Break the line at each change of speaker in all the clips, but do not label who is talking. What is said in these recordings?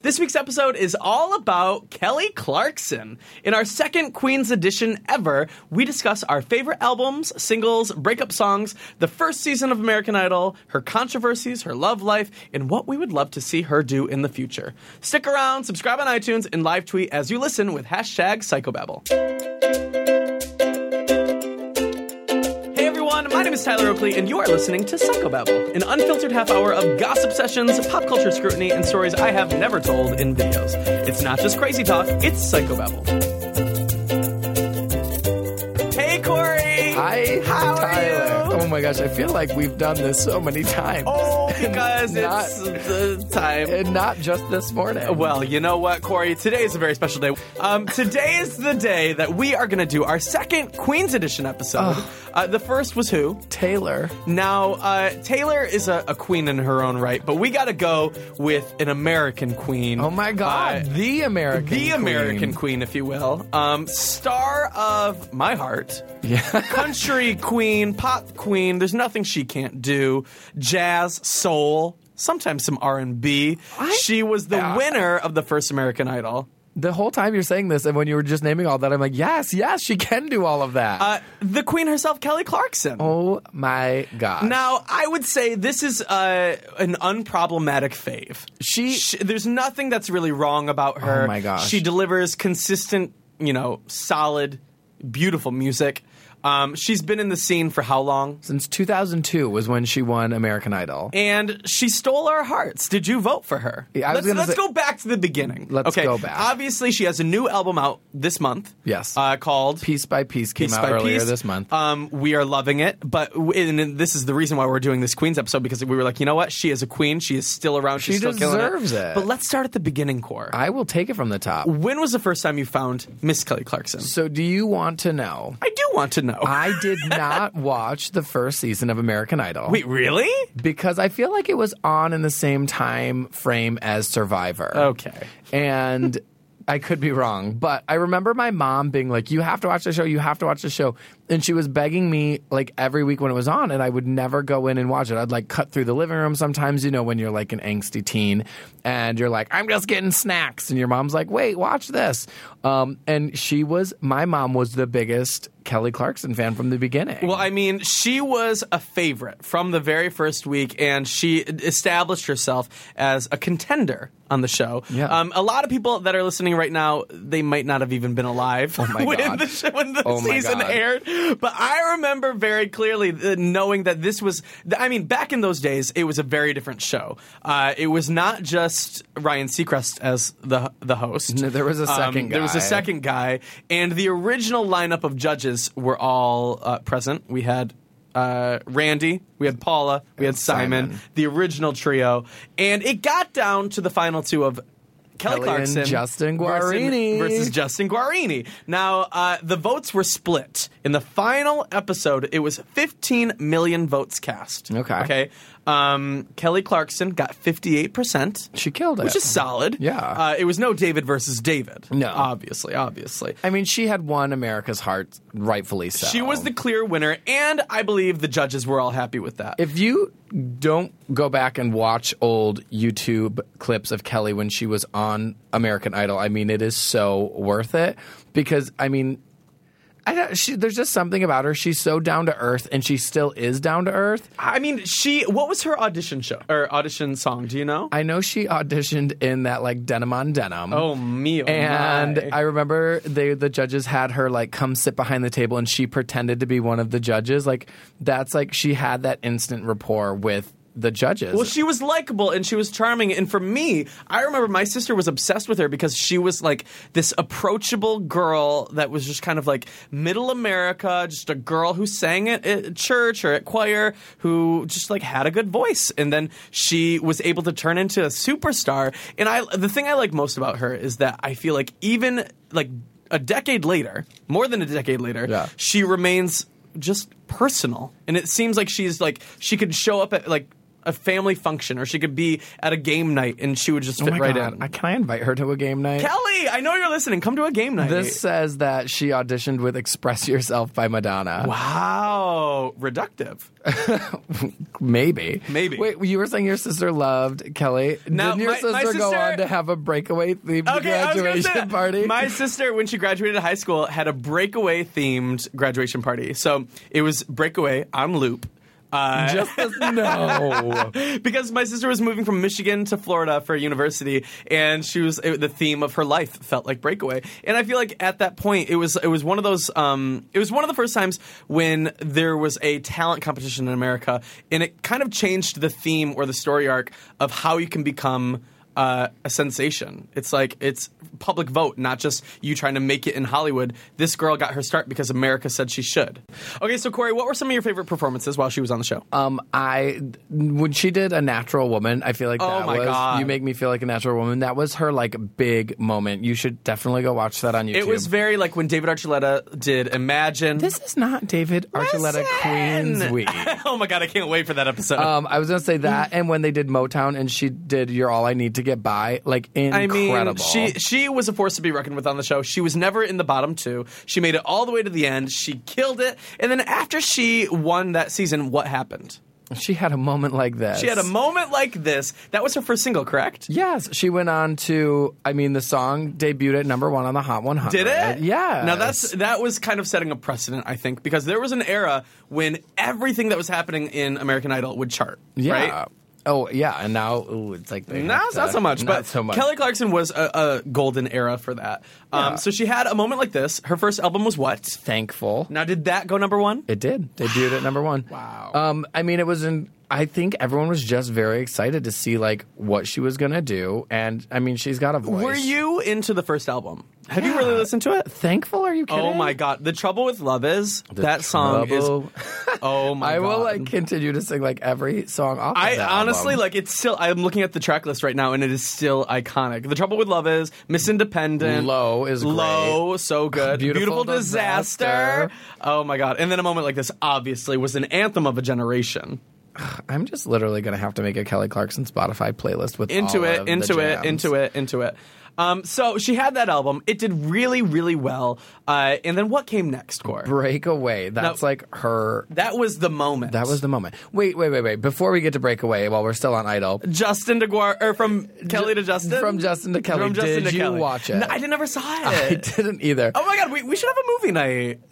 This week's episode is all about Kelly Clarkson. In our second Queen's edition ever, we discuss our favorite albums, singles, breakup songs, the first season of American Idol, her controversies, her love life, and what we would love to see her do in the future. Stick around, subscribe on iTunes, and live tweet as you listen with hashtag Psychobabble. Hey everyone, my name is Tyler Oakley, and you are listening to Psychobabble, an unfiltered half hour of gossip sessions, pop culture scrutiny, and stories I have never told in videos. It's not just crazy talk, it's Psychobabble. Hey Corey!
Hi,
How are
Tyler.
you?
Oh my gosh, I feel like we've done this so many times,
Oh, because
Not-
it's the time.
and not just this morning.
Well, you know what, Corey? Today is a very special day. Um, today is the day that we are going to do our second Queen's Edition episode. Uh, the first was who?
Taylor,
Now, uh, Taylor is a, a queen in her own right, but we got to go with an American queen.
oh my God,
Uh,
the American,
the
queen.
American queen, if you will. Um, star of my heart.
Yeah.
Country queen, pop queen. There's nothing she can't do. Jazz, soul, sometimes some R&B. she was the
Yeah.
winner of the first American Idol.
the whole time you're saying this, and when you were just naming all that, I'm like, yes, yes, she can do all of that.
Uh, the queen herself, Kelly Clarkson.
oh my God.
Now, I would say this is uh, an unproblematic fave.
She-
there's nothing that's really wrong about her.
Oh my gosh.
She delivers consistent, you know, solid, beautiful music. Um, she's been in the scene for how long?
since 2002 was when she won American Idol.
And she stole our hearts. Did you vote for her?
Yeah, I was
let's
gonna
let's
say-
go back to the beginning.
Let's
okay.
go back.
Obviously, she has a new album out this month.
Yes.
Uh, called
Piece by piece Uh, came
piece
out
by
earlier
piece.
this month.
Um, we are loving it, but w- and this is the reason why we're doing this Queens episode because we were like, you know what? She is a queen. She is still around. She's
She
still killing
deserves it.
But let's start at the beginning core.
I will take it from the top.
when was the first time you found Miss Kelly Clarkson?
So, do you want to know?
I do want to know.
I did not watch the first season of American Idol.
Wait, really?
because I feel like it was on in the same time frame as Survivor.
Okay.
And I could be wrong, but I remember my mom being like, "You have to watch the show. You have to watch the show." And she was begging me like every week when it was on, and I would never go in and watch it. I'd like cut through the living room sometimes, you know, when you're like an angsty teen and you're like, "I'm just getting snacks," and your mom's like, "Wait, watch this." Um, and she was, my mom was the biggest Kelly Clarkson fan from the beginning.
Well, I mean, she was a favorite from the very first week, and she established herself as a contender on the show.
Yeah.
Um, a lot of people that are listening right now, they might not have even been alive
Oh my
when,
God.
The show, when the
Oh my
season
God.
aired. But I remember very clearly uh, knowing that this was, I mean, back in those days, it was a very different show. Uh, it was not just Ryan Seacrest as the, the host.
No, there was a second
Um, There was a
guy.
second second guy, and the original lineup of judges were all uh, present. We had uh, Randy, we had Paula, we had Simon,
Simon.
the original trio, and it got down to the final two of. Kelly
Kelly and
Clarkson,
Justin
versus-
Guarini.
versus Justin Guarini. Now uh, the votes were split in the final episode. It was 15 million votes cast.
Okay.
Okay. Um, Kelly Clarkson got 58 percent,
she killed it.
which is solid.
Yeah.
Uh, it was no David versus David.
No.
Obviously. Obviously.
I mean, she had won America's heart, rightfully so.
She was the clear winner, and I believe the judges were all happy with that.
If you don't go back and watch old YouTube clips of Kelly when she was on American Idol, I mean, it is so worth it because I mean, I don't, she, there's just something about her. She's so down to earth, and she still is down to earth.
I mean, she. What was her audition show or audition song? Do you know?
I know she auditioned in that like denim on denim.
oh me, oh
And
my.
I remember they the judges had her like come sit behind the table and she pretended to be one of the judges. Like that's like she had that instant rapport with the judges.
Well, she was likable and she was charming. And for me, I remember my sister was obsessed with her because she was like this approachable girl that was just kind of like middle America, just a girl who sang at, at church or at choir who just like had a good voice. And then she was able to turn into a superstar. And I, the thing I like most about her is that I feel like even like a decade later, more than a decade later,
Yeah.
she remains just personal and it seems like she's like she could show up at like a family function, or she could be at a game night, and she would just fit
Oh my
right
God.
in.
I, can I invite her to a game night?
Kelly, I know you're listening. Come to a game night.
This says that she auditioned with "Express Yourself" by Madonna.
wow, reductive.
Maybe.
Maybe.
Wait, you were saying your sister loved Kelly.
No,
Didn't your
my-
sister,
my
go
sister-
on to have a breakaway themed
Okay, I was gonna
graduation
say,
party?
My sister, when she graduated high school, had a breakaway themed graduation party. So it was breakaway on loop. Uh,
Just as, no.
because my sister was moving from Michigan to Florida for university, and she was it, the theme of her life felt like breakaway. And I feel like at that point, it was it was one of those um, it was one of the first times when there was a talent competition in America, and it kind of changed the theme or the story arc of how you can become. Uh, a sensation. It's like it's public vote, not just you trying to make it in Hollywood. This girl got her start because America said she should. Okay, so Corey, what were some of your favorite performances while she was on the show?
Um, I when she did a natural woman, I feel like
Oh
that
my
was
God.
you make me feel like a natural woman. That was her like big moment. You should definitely go watch that on YouTube.
It was very like when David Archuleta did Imagine.
this is not David Archuleta
Listen!
Queen's week.
oh my god, I can't wait for that episode.
Um, I was gonna say that,
Mm.
and when they did Motown, and she did "You're All I Need to Get By," like
I mean,
incredible.
she she was a force to be reckoned with on the show. She was never in the bottom two. She made it all the way to the end. She killed it. And then after she won that season, what happened?
she had a moment like this.
She had a moment like this. That was her first single, correct?
Yes, she went on to. I mean, the song debuted at number one on the Hot 100.
Did it?
Yeah.
Now that's that was kind of setting a precedent, I think, because there was an era when everything that was happening in American Idol would chart.
yeah.
Right?
Oh yeah, and now ooh, it's like they
Now
have
it's not
to-
so much,
not
but
so much.
Kelly Clarkson was a, a golden era for that. Um, So she had a moment like this. Her first album was what?
thankful.
Now, did that go number one?
It did. Debuted at number one.
Wow.
Um, I mean, it was in. I think everyone was just very excited to see like what she was gonna do, and I mean, she's got a voice.
Were you into the first album? Have you really
Yeah.
listened to it?
thankful? Are you kidding?
Oh my god! The trouble with love is that song
Trouble.
is. Oh my!
I will
God.
like continue to sing like every song off.
I
of that
honestly
album.
like it's still. I'm looking at the track list right now, and it is still iconic. The trouble with love is Miss Independent.
Low is great.
low, so good.
Beautiful
disaster.
Disaster.
Oh my god! And then a moment like this, obviously, was an anthem of a generation.
I'm just literally gonna have to make a Kelly Clarkson Spotify playlist with
Into
all
it,
of the
into it,
jams.
into it, into it. Um, so she had that album. It did really, really well. Uh, and then what came next, Core?
Breakaway. That's
No.
like her.
that was the moment.
That was the moment. Wait, wait, wait, wait. Before we get to Breakaway, while we're still on Idol,
Justin to Guar, or from Kelly to Justin.
from Justin to Kelly.
From Justin
Did
to
you
Kelly.
watch it?
No, I never saw it.
I didn't either.
Oh my god, we, we should have a movie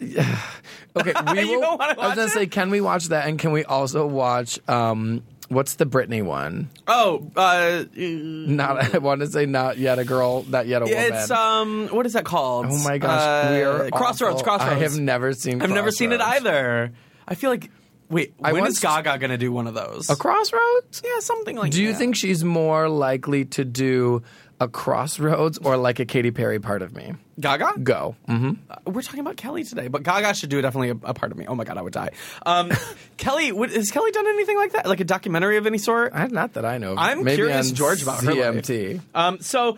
night.
Okay, we
You
will,
don't wanna
I was
watch
gonna
it?
say, can we watch that? And can we also watch um, what's the Britney one?
Oh, uh,
Not I want to say not yet a girl, not yet a woman.
it's um, what is that called?
oh my gosh,
Uh,
we are
Crossroads.
awful.
Crossroads.
I have never seen.
I've never seen it
Crossroads.
either. I feel like wait,
I
when
once-
is Gaga gonna do one of those?
A Crossroads?
yeah, something like.
Do you
that.
think she's more likely to do a Crossroads or like a Katy Perry part of me?
Gaga? Uh,
Go. Mm-hmm.
We're talking about Kelly today, but Gaga should do definitely a, a part of me. Oh my god, I would die. Um, Kelly, would, has Kelly done anything like that, like a documentary of any sort?
I, not that I know. of.
I'm
Maybe
curious,
on
George, about her life.
CMT.
Um, so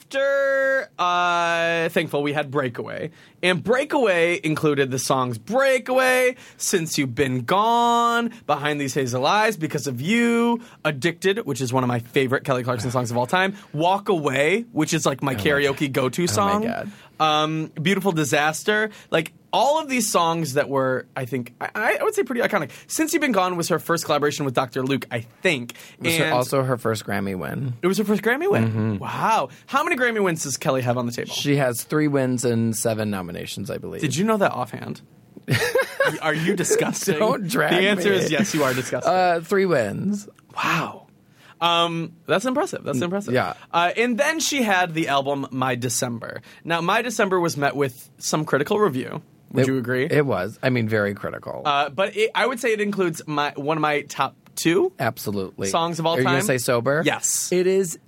after uh, Thankful, we had Breakaway, and Breakaway included the songs "Breakaway," "Since You've Been Gone," "Behind These Hazel Eyes," "Because of You," "Addicted," which is one of my favorite Kelly Clarkson songs of all time, "Walk Away," which is
Oh
like my karaoke go-to song,
God.
Um, "Beautiful Disaster," like. All of these songs that were, I think, I, I would say pretty iconic. Since You've Been Gone was her first collaboration with Dr. Luke, I think.
Was her-
and
also her first Grammy win.
it was her first Grammy win. Wow. How many Grammy wins does Kelly have on the table?
She has three wins and seven nominations, I believe.
Did you know that offhand? are you disgusting?
Don't drag
The answer
me.
is yes, you are disgusting.
Uh, three wins.
wow. Um, that's impressive. That's impressive.
yeah.
Uh, and then she had the album My December. Now, My December was met with some critical review. Would
It-
you agree?
It was. I mean, very critical.
uh, but it, I would say it includes my one of my top two.
Absolutely.
songs of all
Are you gonna
time?
say sober?
Yes.
It is.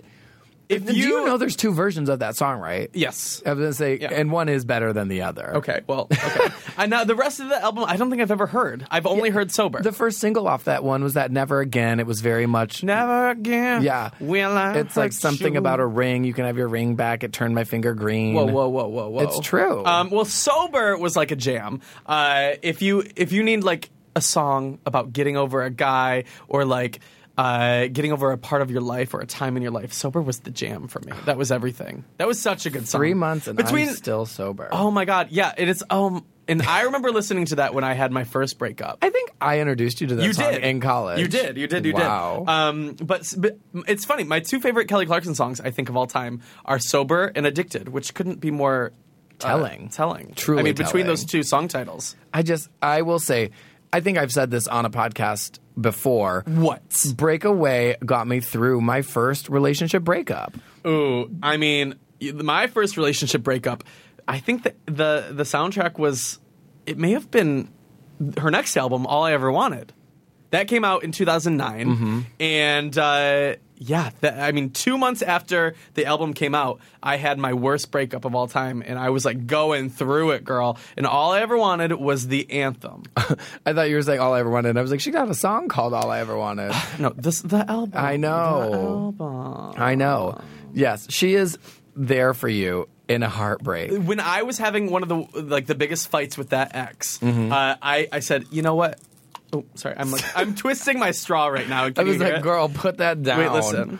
If
do
you-
you know there's two versions of that song, right?
Yes.
I was gonna say, and one is better than the other.
Okay. Well. Okay. and now the rest of the album, I don't think I've ever heard. I've only heard sober.
The first single off that one was that "Never Again." It was very much
Never again.
Yeah.
Will I
It's like
hurt
something
you?
about a ring. You can have your ring back. It turned my finger green.
Whoa, whoa, whoa, whoa, whoa!
It's true.
Um, well, sober was like a jam. Uh, if you if you need like a song about getting over a guy or like uh, getting over a part of your life or a time in your life. Sober was the jam for me. That was everything. That was such a good song.
Three months and I'm still sober.
Oh my god, yeah, it is. Um, and I remember listening to that when I had my first breakup.
I think I introduced you to that
you
song
did
in college.
You did. You did. You
wow.
did. Um, but, but it's funny. My two favorite Kelly Clarkson songs, I think of all time, are "Sober" and "Addicted," which couldn't be more uh,
Telling.
telling.
Truly
I mean, between
telling.
those two song titles,
I just, I will say, I think I've said this on a podcast before.
what?
Breakaway got me through my first relationship breakup.
Ooh, I mean, y- my first relationship breakup. I think the the, the soundtrack was. It may have been her next album, All I Ever Wanted. That came out in 2009,
Mm-hmm.
and uh, yeah, that, I mean, two months after the album came out, I had my worst breakup of all time, and I was like going through it, girl. And all I ever wanted was the anthem.
I thought you were saying all I ever wanted. And I was like, she got a song called All I Ever Wanted.
no, this the album.
I
The
know.
album.
I know. Yes, she is there for you in a heartbreak.
when I was having one of the like the biggest fights with that ex,
Mm-hmm.
uh, I I said, you know what? Oh, sorry, I'm like I'm twisting my straw right now. Can
I was
you hear
like,
it?
girl, put that down.
Wait, listen.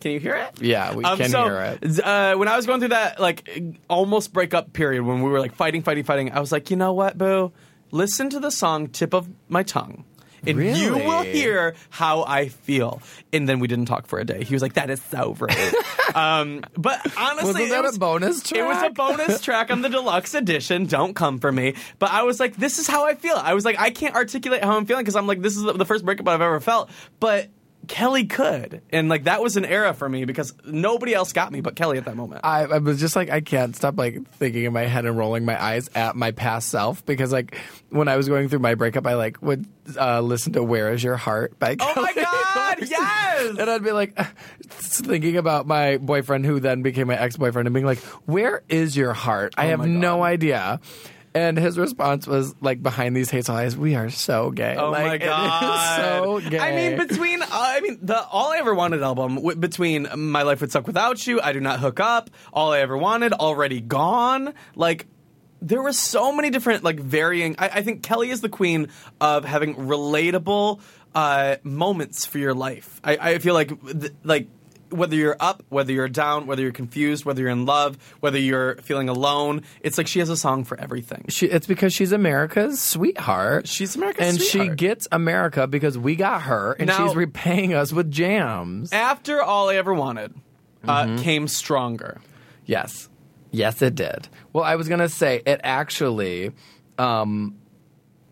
Can you hear it?
Yeah, we
Um,
can
so,
hear it.
Uh, when I was going through that like almost breakup period, when we were like fighting, fighting, fighting, I was like, you know what, boo? Listen to the song "Tip of My Tongue." And you
Really?
will hear how I feel. And then we didn't talk for a day. He was like, "That is so rude." um, but honestly,
Wasn't
it
that
was-
a bonus track?
it was a bonus track on the deluxe edition. Don't come for me. But I was like, this is how I feel. I was like, I can't articulate how I'm feeling because I'm like, this is the first breakup I've ever felt. But Kelly could. And like, that was an era for me because nobody else got me but Kelly at that moment.
I, I was just like, I can't stop like thinking in my head and rolling my eyes at my past self because like when I was going through my breakup, I like would uh, listen to "Where Is Your Heart" by
oh my
Kelly
God,
Clarkson.
yes!
And I'd be like, thinking about my boyfriend who then became my ex boyfriend and being like, Where is your heart? I have
Oh my God.
no idea. And his response was like, Behind these hazel eyes, we are so gay.
Oh
like,
my
it is
god!
so gay.
I mean, between uh, I mean, the All I Ever Wanted album, w- between My Life Would Suck Without You, I Do Not Hook Up, All I Ever Wanted, Already Gone, like. There were so many different, like, varying. I, I think Kelly is the queen of having relatable uh, moments for your life. I, I feel like, th- like, whether you're up, whether you're down, whether you're confused, whether you're in love, whether you're feeling alone, it's like she has a song for everything.
she, it's because she's America's sweetheart.
She's America's
and she
sweetheart.
gets America because we got her, and
Now-
she's repaying us with jams.
after all I ever wanted uh, came stronger.
Yes. Yes, it did. Well, I was going to say it actually. Um,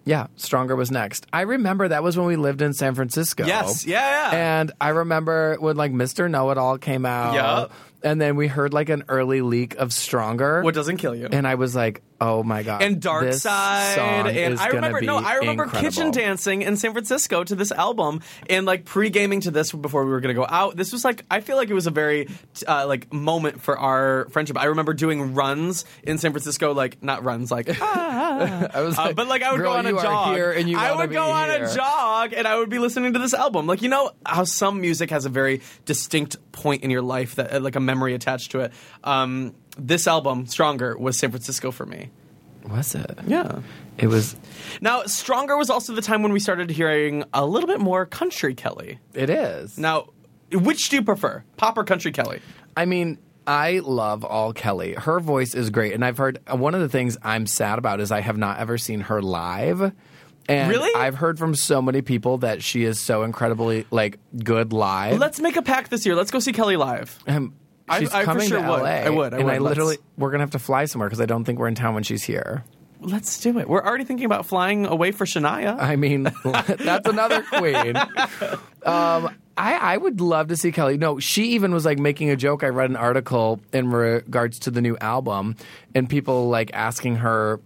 yeah, Stronger was next. I remember that was when we lived in San Francisco.
Yes, yeah, yeah.
And I remember when like Mr. Know It All came out.
Yup.
And then we heard like an early leak of Stronger.
What doesn't kill you.
and I was like, oh my God.
and Dark
this
Side,
Song
and
is
I
gonna
remember
be
no, I remember
incredible.
kitchen dancing in San Francisco to this album, and like pre-gaming to this before we were going to go out. This was like I feel like it was a very t- uh, like moment for our friendship. I remember doing runs in San Francisco, like not runs, like
I was
Uh,
like,
but like I would
"Girl,
go on a
you are
jog.
Here and you
I
wanna
would
be
go on
here."
a jog and I would be listening to this album. Like you know how some music has a very distinct point in your life that uh, like a memory attached to it. Um, this album, Stronger, was San Francisco for me.
Was it?
Yeah.
It was.
Now, Stronger was also the time when we started hearing a little bit more country Kelly.
It is.
Now, which do you prefer, pop or country Kelly?
I mean, I love all Kelly. Her voice is great, and I've heard uh, one of the things I'm sad about is I have not ever seen her live. And
Really?
I've heard from so many people that she is so incredibly like good live.
Let's make a pact this year. Let's go see Kelly live.
Um,
I-
she's
I for
coming
sure
to
would.
LA.
I would, I
and
would.
I literally
Let's-
we're gonna have to fly somewhere because I don't think we're in town when she's here.
Let's do it. We're already thinking about flying away for Shania.
I mean, that's another queen. Um, I, I would love to see Kelly. No, she even was like making a joke. I read an article in regards to the new album and people like asking her.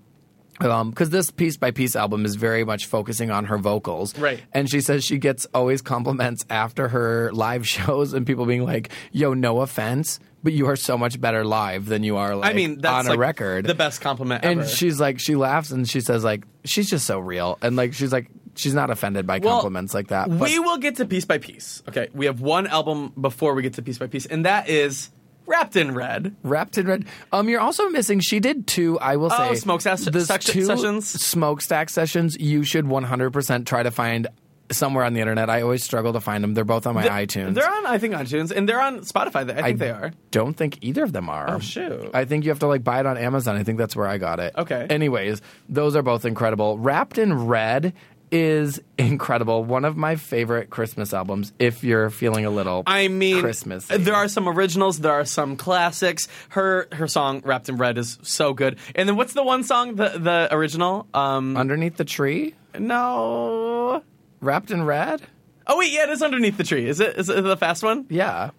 Because this piece by piece album is very much focusing on her vocals,
Right.
And she says she gets always compliments after her live shows, and people being like, "Yo, no offense, but you are so much better live than you are like
I mean, that's
on a
like
record."
the best compliment
and
ever.
she's like she laughs and she says like she's just so real and like she's like she's not offended by
Well,
compliments like that but
we will get to piece by piece. Okay, we have one album before we get to piece by piece, and that is Wrapped in Red.
wrapped in red um you're also missing she did two i will say
Oh, smokestack
those
section-
two
sessions.
smokestack sessions you should 100% try to find somewhere on the internet. I always struggle to find them. They're both on my iTunes.
They're on, I think, iTunes, and they're on Spotify. I think they are.
Don't think either of them are.
Oh, shoot.
I think you have to like buy it on Amazon. I think that's where I got it.
Okay.
Anyways, those are both incredible. Wrapped in Red is incredible. One of my favorite Christmas albums. If you're feeling a little,
I mean,
Christmas.
There are some originals. There are some classics. Her her song "Wrapped in Red" is so good. And then what's the one song the the original? Um,
underneath the tree,
no.
wrapped in red.
Oh wait, yeah, it is underneath the tree. Is it is it the fast one?
Yeah.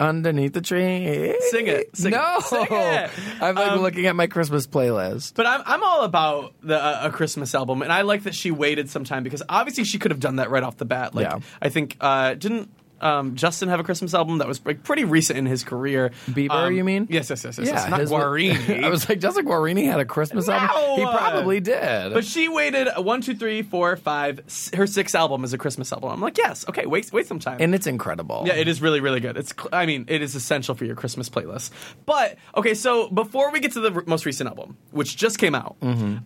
Underneath the tree.
Sing it. Sing it.
no.
Sing it. Um,
I'm like looking at my Christmas playlist.
But I'm I'm all about the uh, a Christmas album, and I like that she waited some time because obviously she could have done that right off the bat. Like
Yeah.
I think uh, didn't. Um, Justin have a Christmas album that was like pretty recent in his career.
Bieber,
Um,
you mean?
Yes, yes, yes, yes. yes.
his-
not Guarini.
I was like, Jessica Guarini had a Christmas album.
No!
He probably did.
But she waited uh, one, two, three, four, five. s- Her sixth album is a Christmas album. I'm like, yes, okay, wait, wait some time.
and it's incredible.
yeah, it is really, really good. It's, cl- I mean, it is essential for your Christmas playlist. But okay, so before we get to the r- most recent album, which just came out,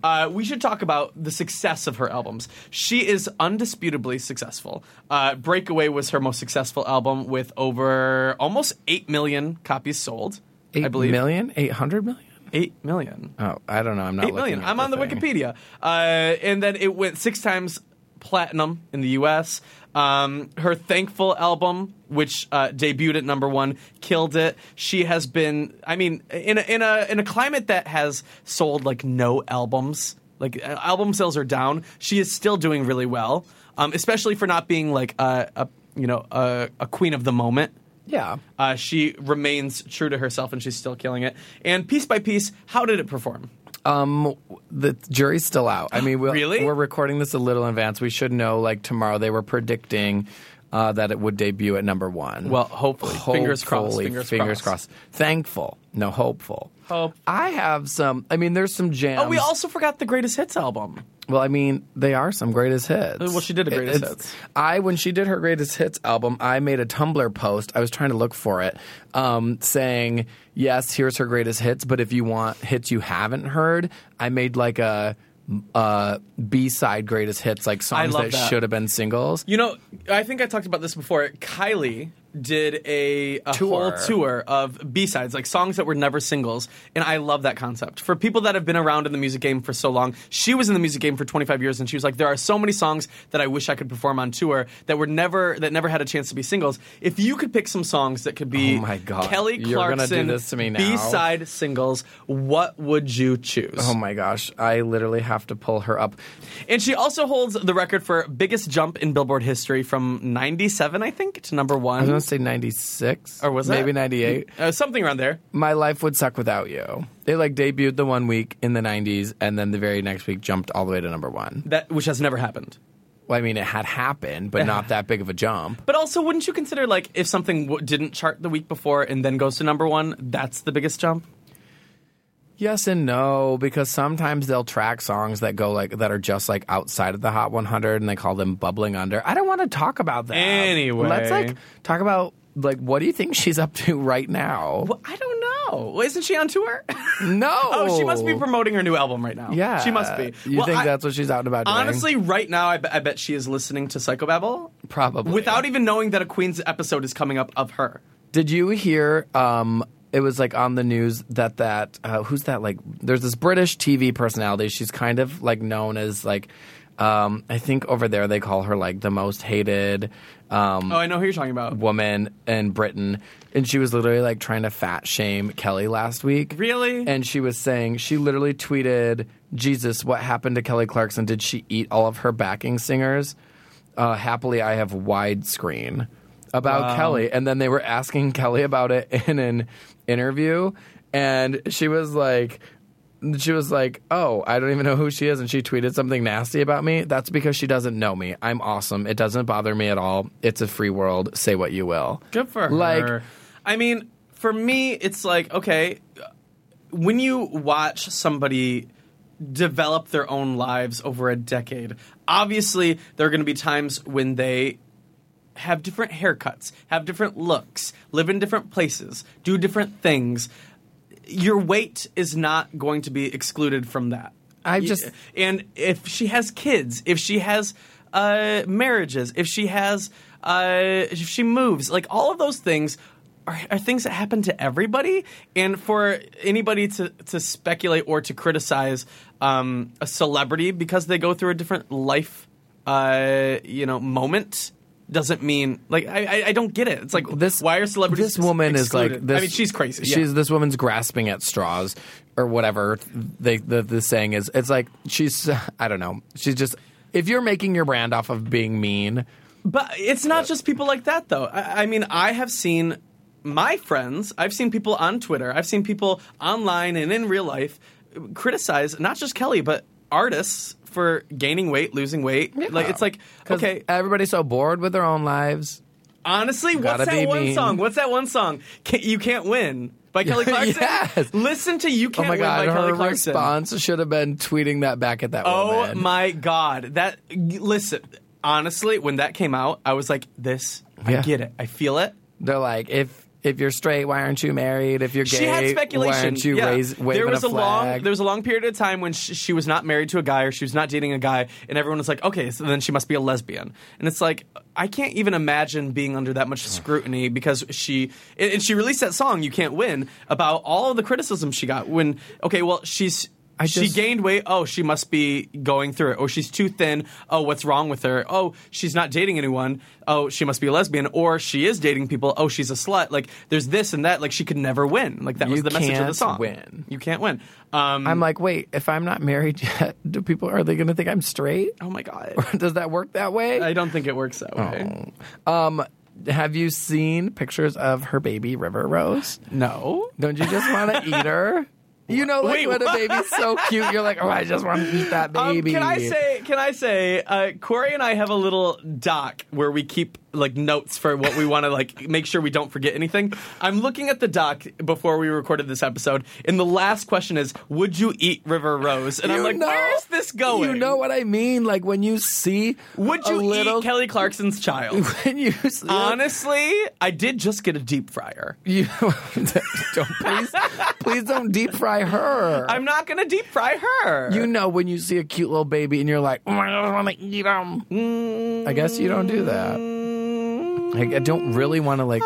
uh, we should talk about the success of her albums. She is undisputably successful. Uh, Breakaway was her most successful album with over almost eight million copies sold.
Eight
I believe
million? Eight hundred million?
eight million.
Oh, I don't know. I'm not
Eight million.
looking at
I'm on the
thing.
Wikipedia. Uh, and then it went six times platinum in the U.S. Um, her Thankful album, which uh, debuted at number one, killed it. She has been, I mean, in a, in a in a climate that has sold like no albums, like uh, album sales are down. She is still doing really well, um, especially for not being like a, a you know a, a queen of the moment.
Yeah.
Uh, she remains true to herself and she's still killing it. And piece by piece, how did it perform?
Um, the jury's still out. I mean, we'll,
Really?
we're recording this a little in advance. We should know like tomorrow. They were predicting uh, that it would debut at number one.
Well, hopefully. Fingers crossed,
Hopefully.
fingers crossed.
crossed. Thankful. No, hopeful.
Hope-
I have some. I mean, there's some jams.
Oh, we also forgot the greatest hits album.
Well, I mean, they are some greatest hits.
Well, she did a greatest
It's-
hits.
I when she did her greatest hits album, I made a Tumblr post. I was trying to look for it, um, saying, "Yes, here's her greatest hits." But if you want hits you haven't heard, I made like a, a B side greatest hits, like songs
love
that,
that.
should have been singles.
You know, I think I talked about this before. Kylie did a, a
Tour.
whole tour of B sides, like songs that were never singles, and I love that concept. For people that have been around in the music game for so long, she was in the music game for 25 years, and she was like, "There are so many songs that I wish I could perform on tour that were never that never had a chance to be singles. If you could pick some songs that could be
Oh my God.
Kelly
You're gonna do
Clarkson
this to me now.
B-side singles, what would you choose?"
Oh my gosh, I literally have to pull her up.
And she also holds the record for biggest jump in Billboard history from 97, I think, to number one.
I'm gonna say ninety six
Or was that-
maybe ninety eight.
Uh, something around there.
My life would suck without you. They like debuted the one week in the '90s, and then the very next week jumped all the way to number one.
That which has never happened.
Well, I mean, it had happened, but not that big of a jump.
But also, wouldn't you consider like if something w- didn't chart the week before and then goes to number one, that's the biggest jump?
Yes and no, because sometimes they'll track songs that go like that are just like outside of the Hot 100, and they call them bubbling under. I don't want to talk about that.
Anyway.
let's like talk about like what do you think she's up to right now?
Well, I don't know. Well, Isn't she on tour?
No.
oh, she must be promoting her new album right now.
Yeah,
she must be.
You
Well,
think
I-
that's what she's out and about? Doing?
Honestly, right now, I, be- I bet she is listening to Psychobabble
probably
without even knowing that a Queen's episode is coming up of her.
Did you hear? Um, it was like on the news that that uh, who's that? Like, there's this British TV personality. She's kind of like known as like, um, I think over there they call her like the most hated um,
Oh, I know who you're talking about.
woman in Britain, and she was literally like trying to fat shame Kelly last week.
Really?
And she was saying she literally tweeted, "Jesus, what happened to Kelly Clarkson? Did she eat all of her backing singers?" Uh, happily, I have widescreen about Kelly, and then they were asking Kelly about it in an interview, and she was like. She was like, "Oh, I don't even know who she is," and she tweeted something nasty about me. That's because she doesn't know me. I'm awesome. It doesn't bother me at all. It's a free world. Say what you will.
Good for her.
Like-
I mean, for me, it's like okay, when you watch somebody develop their own lives over a decade, obviously there are going to be times when they have different haircuts, have different looks, live in different places, do different things. Your weight is not going to be excluded from that.
I
Y-
just-
and if she has kids, if she has uh, marriages, if she has, uh, if she moves, like all of those things. Are, are things that happen to everybody, and for anybody to, to speculate or to criticize um, a celebrity because they go through a different life, uh, you know, moment doesn't mean like I, I- I don't get it. It's like
This-
this why are celebrities?
This woman
excluded?
is like. This,
I mean, she's crazy. yeah.
She's this woman's grasping at straws, or whatever they, the the saying is. It's like she's. I don't know. She's just. If you're making your brand off of being mean,
But it's not just people like that, though. I, I mean, I have seen my friends, I've seen people on Twitter, I've seen people online and in real life criticize not just Kelly, but artists for gaining weight, losing weight. Like it's like
'cause
okay,
everybody's so bored with their own lives.
honestly,
gotta
what's
be
that one
mean.
song? What's that one song? Can, you can't win by Kelly Clarkson.
Yes.
Listen to you
Oh
can't
my
win by
god,
Kelly
her
Clarkson.
response should have been tweeting that back at that
Oh
woman.
my god! That listen, honestly, when that came out, I was like, "This,
Yeah.
I get it, I feel it."
They're like, if if you're straight, why aren't you married? If you're gay,
she had speculation.
why aren't you
yeah.
raise, waving
there was a,
a
long
flag?
there was a long period of time when she, she was not married to a guy or she was not dating a guy, and everyone was like, okay, so then she must be a lesbian. And it's like I can't even imagine being under that much scrutiny because she and and she released that song "You Can't Win" about all of the criticism she got. When okay, well she's. she
just-
gained weight. Oh, she must be going through it. Oh, she's too thin. Oh, what's wrong with her? Oh, she's not dating anyone. Oh, she must be a lesbian. Or she is dating people. Oh, she's a slut. Like, there's this and that. Like, she could never win. Like, that that
You
was the message of the
can't
song.
win.
You can't win. Um,
I'm like, wait, if I'm not married yet, do people are they going to think I'm straight?
oh my god,
Does that work that way?
I don't think it works that way.
Um, have you seen pictures of her baby River Rose?
No.
Don't you just want to eat her? You know, like
Wait,
when a baby's so cute, you're like, oh, I just want to eat that
Um,
baby.
can I say? Can I say? Uh, Corey and I have a little doc where we keep like notes for what we want to like make sure we don't forget anything. I'm looking at the doc before we recorded this episode, and the last question is, "Would you eat River Rose?" And I'm
You
like,
know-
"Where is this going?"
You know what I mean? Like when you see,
Would
a
you
little,
eat Kelly Clarkson's child?
When you see,
Honestly, I did just get a deep fryer.
you don't please, please don't deep fry her.
I'm not going to deep fry her.
you know when you see a cute little baby and you're like, oh, I just want to eat him. I guess you don't do that. Like, I don't really want to like.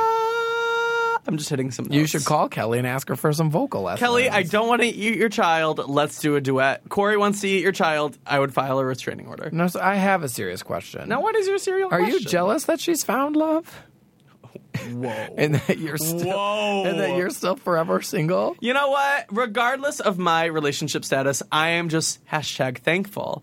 I'm just hitting some.
You
notes.
should call Kelly and ask her for some vocal lessons.
Kelly. I don't want to eat your child. Let's do a duet. Corey wants to eat your child. I would file a restraining order.
No, so I have a serious question.
Now, what is your serial?
Are you
question?
jealous that she's found love
Whoa.
and that you're still
Whoa.
and that you're still forever single?
you know what? Regardless of my relationship status, I am just hashtag thankful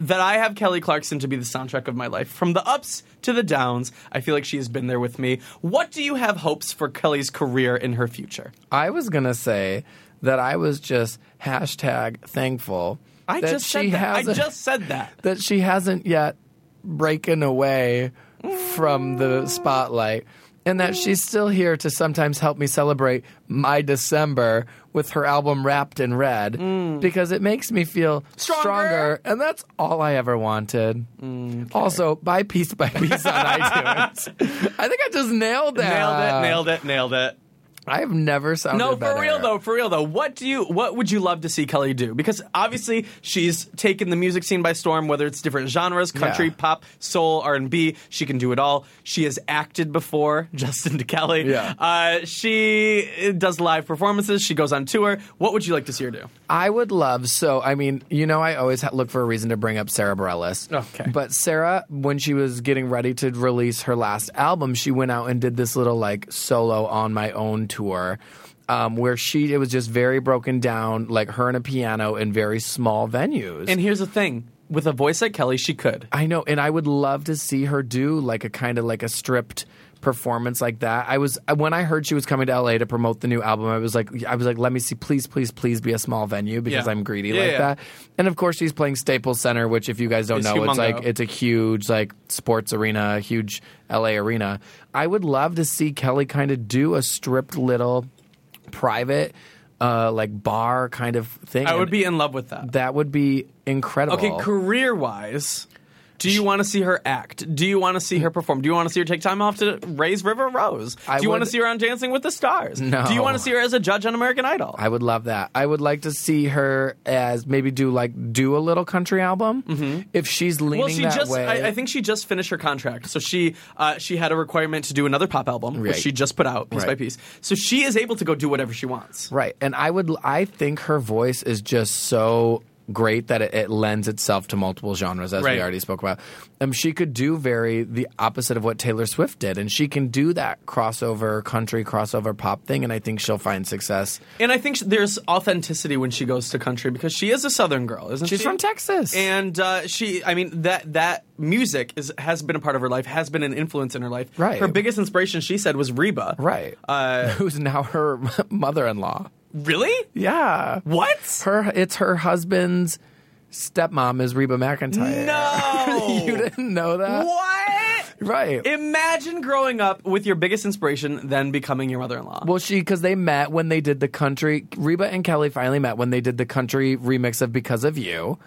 that I have Kelly Clarkson to be the soundtrack of my life. From the ups to the downs, I feel like she has been there with me. What do you have hopes for Kelly's career in her future?
I was gonna say that I was just hashtag thankful
I
that
just
she
said that. I
hasn't
just said that.
that she hasn't yet breaking away from the spotlight. And that she's still here to sometimes help me celebrate my December with her album Wrapped in Red because it makes me feel stronger.
Mm. Stronger.
and that's all I ever wanted. Also, buy piece by piece on iTunes. I think I just nailed that.
Nailed it, nailed it, nailed it.
I've never sounded
Uh, No, for
better.
real though, for real though. What do you what would you love to see Kelly do? Because obviously she's taken the music scene by storm, whether it's different genres, country,
Yeah.
pop, soul, R and B, she can do it all. She has acted before, Justin to Kelly.
Yeah.
Uh, she does live performances, she goes on tour. What would you like to see her do?
I would love so. I mean, you know, I always ha- look for a reason to bring up Sarah Bareilles.
Okay.
but Sarah, when she was getting ready to release her last album, she went out and did this little like solo on my own tour, um, where she it was just very broken down, like her and a piano in very small venues.
And here's the thing. With a voice like Kelly, she could.
I know, and I would love to see her do like a kind of like a stripped performance like that. I was uh, when I heard she was coming to LA to promote the new album, I was like I was like let me see please please please be a small venue because
Yeah.
I'm greedy
Yeah,
like
yeah.
that. And of course she's playing Staples Center, which if you guys don't
It's
know, it's
humongo.
like it's a huge like sports arena, a huge LA arena. I would love to see Kelly kind of do a stripped little private uh like bar kind of thing.
I would
And
be in love with that.
that would be incredible.
Okay, career wise, Do you want to see her act? Do you want to see her perform? Do you want to see her take time off to raise River Rose? Do
I
you want to
would-
see her on Dancing with the Stars?
No.
Do you want to see her as a judge on American Idol?
I would love that. I would like to see her as maybe do like do a little country album. If she's
Mm-hmm.
leaning
well, she
that
just
way,
I, I think she just finished her contract. So she uh, she had a requirement to do another pop album,
Right.
which she just put out piece
Right.
by piece. So she is able to go do whatever she wants.
right. And I would. I think her voice is just so great that it, it lends itself to multiple genres, as
Right.
we already spoke about. Um, she could do very the opposite of what Taylor Swift did, and she can do that crossover country, crossover pop thing. And I think she'll find success.
And I think sh- there's authenticity when she goes to country because she is a Southern girl, isn't she?
She's from Texas.
and uh, she i mean that that music is has been a part of her life has been an influence in her life
Right.
her biggest inspiration she said was reba
Right.
Uh,
Who's now her mother in law.
really
Yeah.
what
Her it's her husband's stepmom is Reba McIntyre.
No.
you didn't know that?
what
Right.
imagine growing up with your biggest inspiration then becoming your mother-in-law
well, she because they met when they did the country. Reba and Kelly finally met when they did the country remix of "Because of You."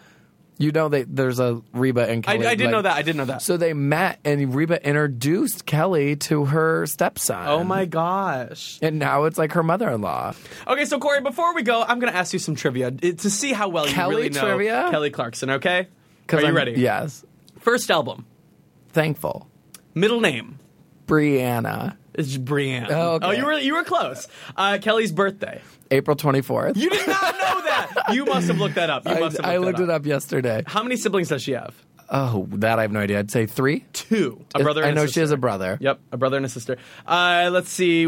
You know, they, there's a Reba and
I,
Kelly.
I did
like-
know that i did know that
So they met, and Reba introduced Kelly to her stepson.
oh my gosh
And now it's like her mother-in-law.
okay so corey before we go i'm going to ask you some trivia eh, to see how well
Kelly
you really know
trivia?
kelly clarkson okay
'Cause
are you
I'm-
ready
Yes.
first album
Thankful.
middle name
Brianna,
is Brianne.
Oh, okay.
oh, you were you were close. Uh, Kelly's birthday.
April twenty fourth.
You did not know that. You must have looked that up. You
I,
must have looked
I looked
that
it up yesterday.
How many siblings does she have?
Oh, that I have no idea. I'd say three.
Two. A brother.
I
And
know
a sister.
she has a brother.
Yep, a brother and a sister. Uh, let's see.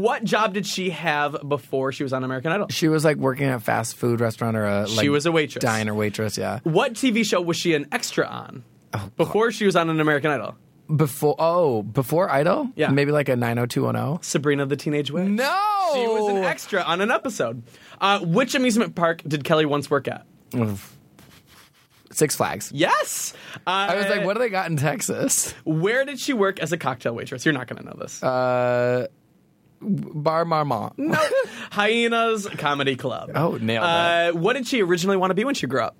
What job did she have before she was on American Idol?
She was like working at a fast food restaurant or a like,
She was a waitress.
diner waitress. Yeah.
What TV show was she an extra on
Oh,
before she was on an American Idol?
Before oh, before Idol.
Yeah.
Maybe like a nine hundred two one oh? zero.
Sabrina the Teenage Witch.
No,
She was an extra on an episode. Uh, which amusement park did Kelly once work at?
Six Flags.
Yes. Uh,
I was like, what do they got in Texas?
Where did she work as a cocktail waitress? You're not going to know this.
Uh, Bar Marmont.
no. Hyenas Comedy Club.
Oh, nailed that.
Uh, what did she originally want to be when she grew up?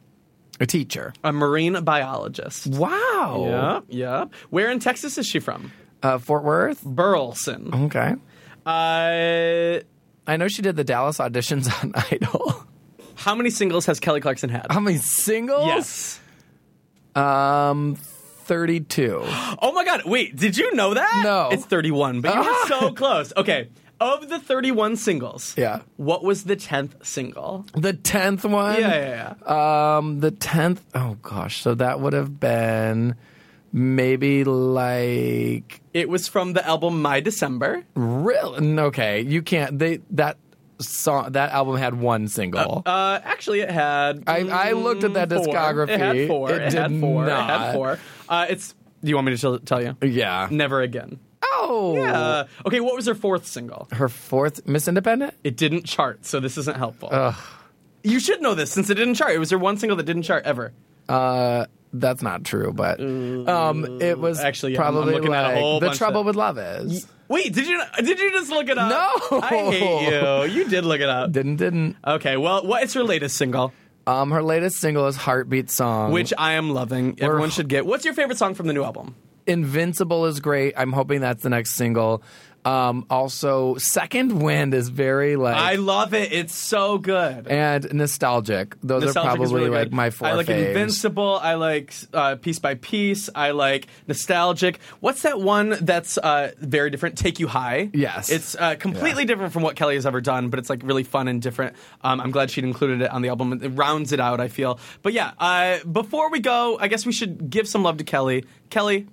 A teacher.
A marine biologist.
Wow.
Yep, yep. Where in Texas is she from?
Uh, Fort Worth.
Burleson.
Okay.
Uh,
I know she did the Dallas auditions on Idol.
how many singles has Kelly Clarkson had?
How many singles?
yes.
Um, thirty-two.
Oh my God! Wait, did you know that?
No.
it's 31, but you were so close. Okay, of the 31 singles,
Yeah.
What was the 10th single?
The tenth one.
Yeah, yeah, yeah.
Um, the tenth. Oh gosh, so that would have been maybe like
It was from the album My December.
real. Okay, you can't. They that song that album had one single.
Uh, actually, it had.
I- I looked at that
mm, four.
discography.
It had four.
It
It, had
did
four. It
not.
had four. Uh, it's. Do you want me to tell, tell you?
yeah.
Never again.
Oh.
Uh, okay, what was her fourth single?
Her fourth Miss Independent.
It didn't chart, so this isn't helpful. You should know this since it didn't chart. It was her one single that didn't chart ever.
Uh, that's not true, but um, it was
Mm. Actually, yeah, I'm- I'm
probably
looking at a
like
whole
the
bunch
trouble
that-
with love is
Wait, did you did you just look it up?
No.
I hate you. You did look it up.
didn't didn't.
Okay, well, what is her latest single?
Um, her latest single is Heartbeat Song,
Which I am loving. Everyone should get. What's your favorite song from the new album?
Invincible is great. I'm hoping that's the next single. Um, also, Second Wind is very like
I love it. It's so good.
and nostalgic. Those are
Nostalgic is
probably
really
like
good.
my four
I like
faves.
Invincible. I like uh, Piece by Piece. I like Nostalgic. What's that one that's uh, very different? Take You High.
Yes.
It's uh, completely different from what Kelly has ever done, but it's like really fun and different. Um, I'm glad she'd included it on the album. It rounds it out, I feel. But yeah, uh, before we go, I guess we should give some love to Kelly. Kelly,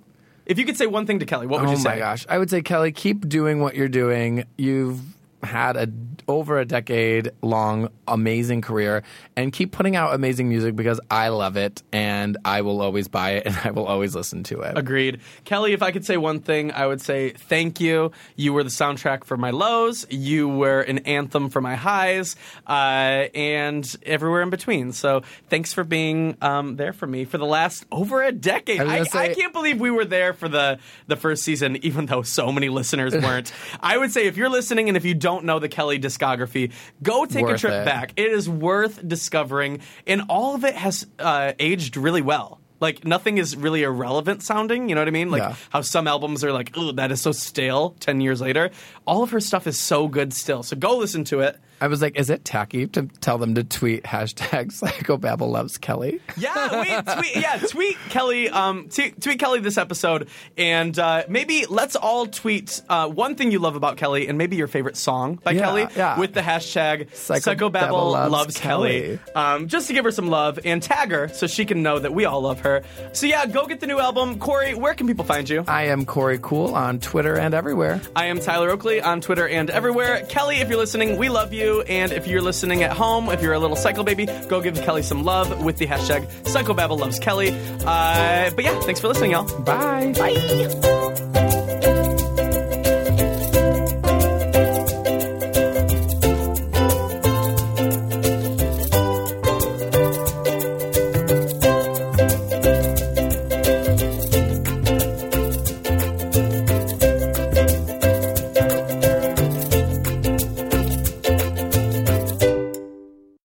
if you could say one thing to Kelly, what would
oh
you say?
my gosh! I would say Kelly, keep doing what you're doing. You've had a over a decade long amazing career and keep putting out amazing music because I love it and I will always buy it and I will always listen to it.
Agreed. Kelly, if I could say one thing, I would say thank you. You were the soundtrack for my lows. You were an anthem for my highs, uh, and everywhere in between. So thanks for being um, there for me for the last over a decade.
I was
I,
gonna
I
say-
can't believe we were there for the, the first season, even though so many listeners weren't. I would say if you're listening and if you don't know the Kelly discography, go take a
Worth
trip
it.
back. It is worth discovering, and all of it has uh, aged really well. Like nothing is really irrelevant sounding. You know what I mean? Like
Yeah.
how some albums are like, "Ooh, that is so stale." Ten years later, all of her stuff is so good still. So go listen to it.
I was like, is it tacky to tell them to tweet hashtag psychobabble loves Kelly?
Yeah, wait, tweet, yeah, tweet Kelly, um, t- tweet Kelly this episode, and uh, maybe let's all tweet uh, one thing you love about Kelly, and maybe your favorite song by
Yeah,
Kelly
yeah.
with the hashtag
Psychobabble
Psychobabble loves,
loves
Kelly, Um, just to give her some love and tag her so she can know that we all love her. So yeah, go get the new album, Corey. Where can people find you?
I am Corey Cool on Twitter and everywhere.
I am Tyler Oakley on Twitter and everywhere. Kelly, if you're listening, we love you. And if you're listening at home, if you're a little psycho baby, go give Kelly some love with the hashtag PsychoBabbleLovesKelly. Uh, but yeah, thanks for listening, y'all.
Bye. Bye.
Bye.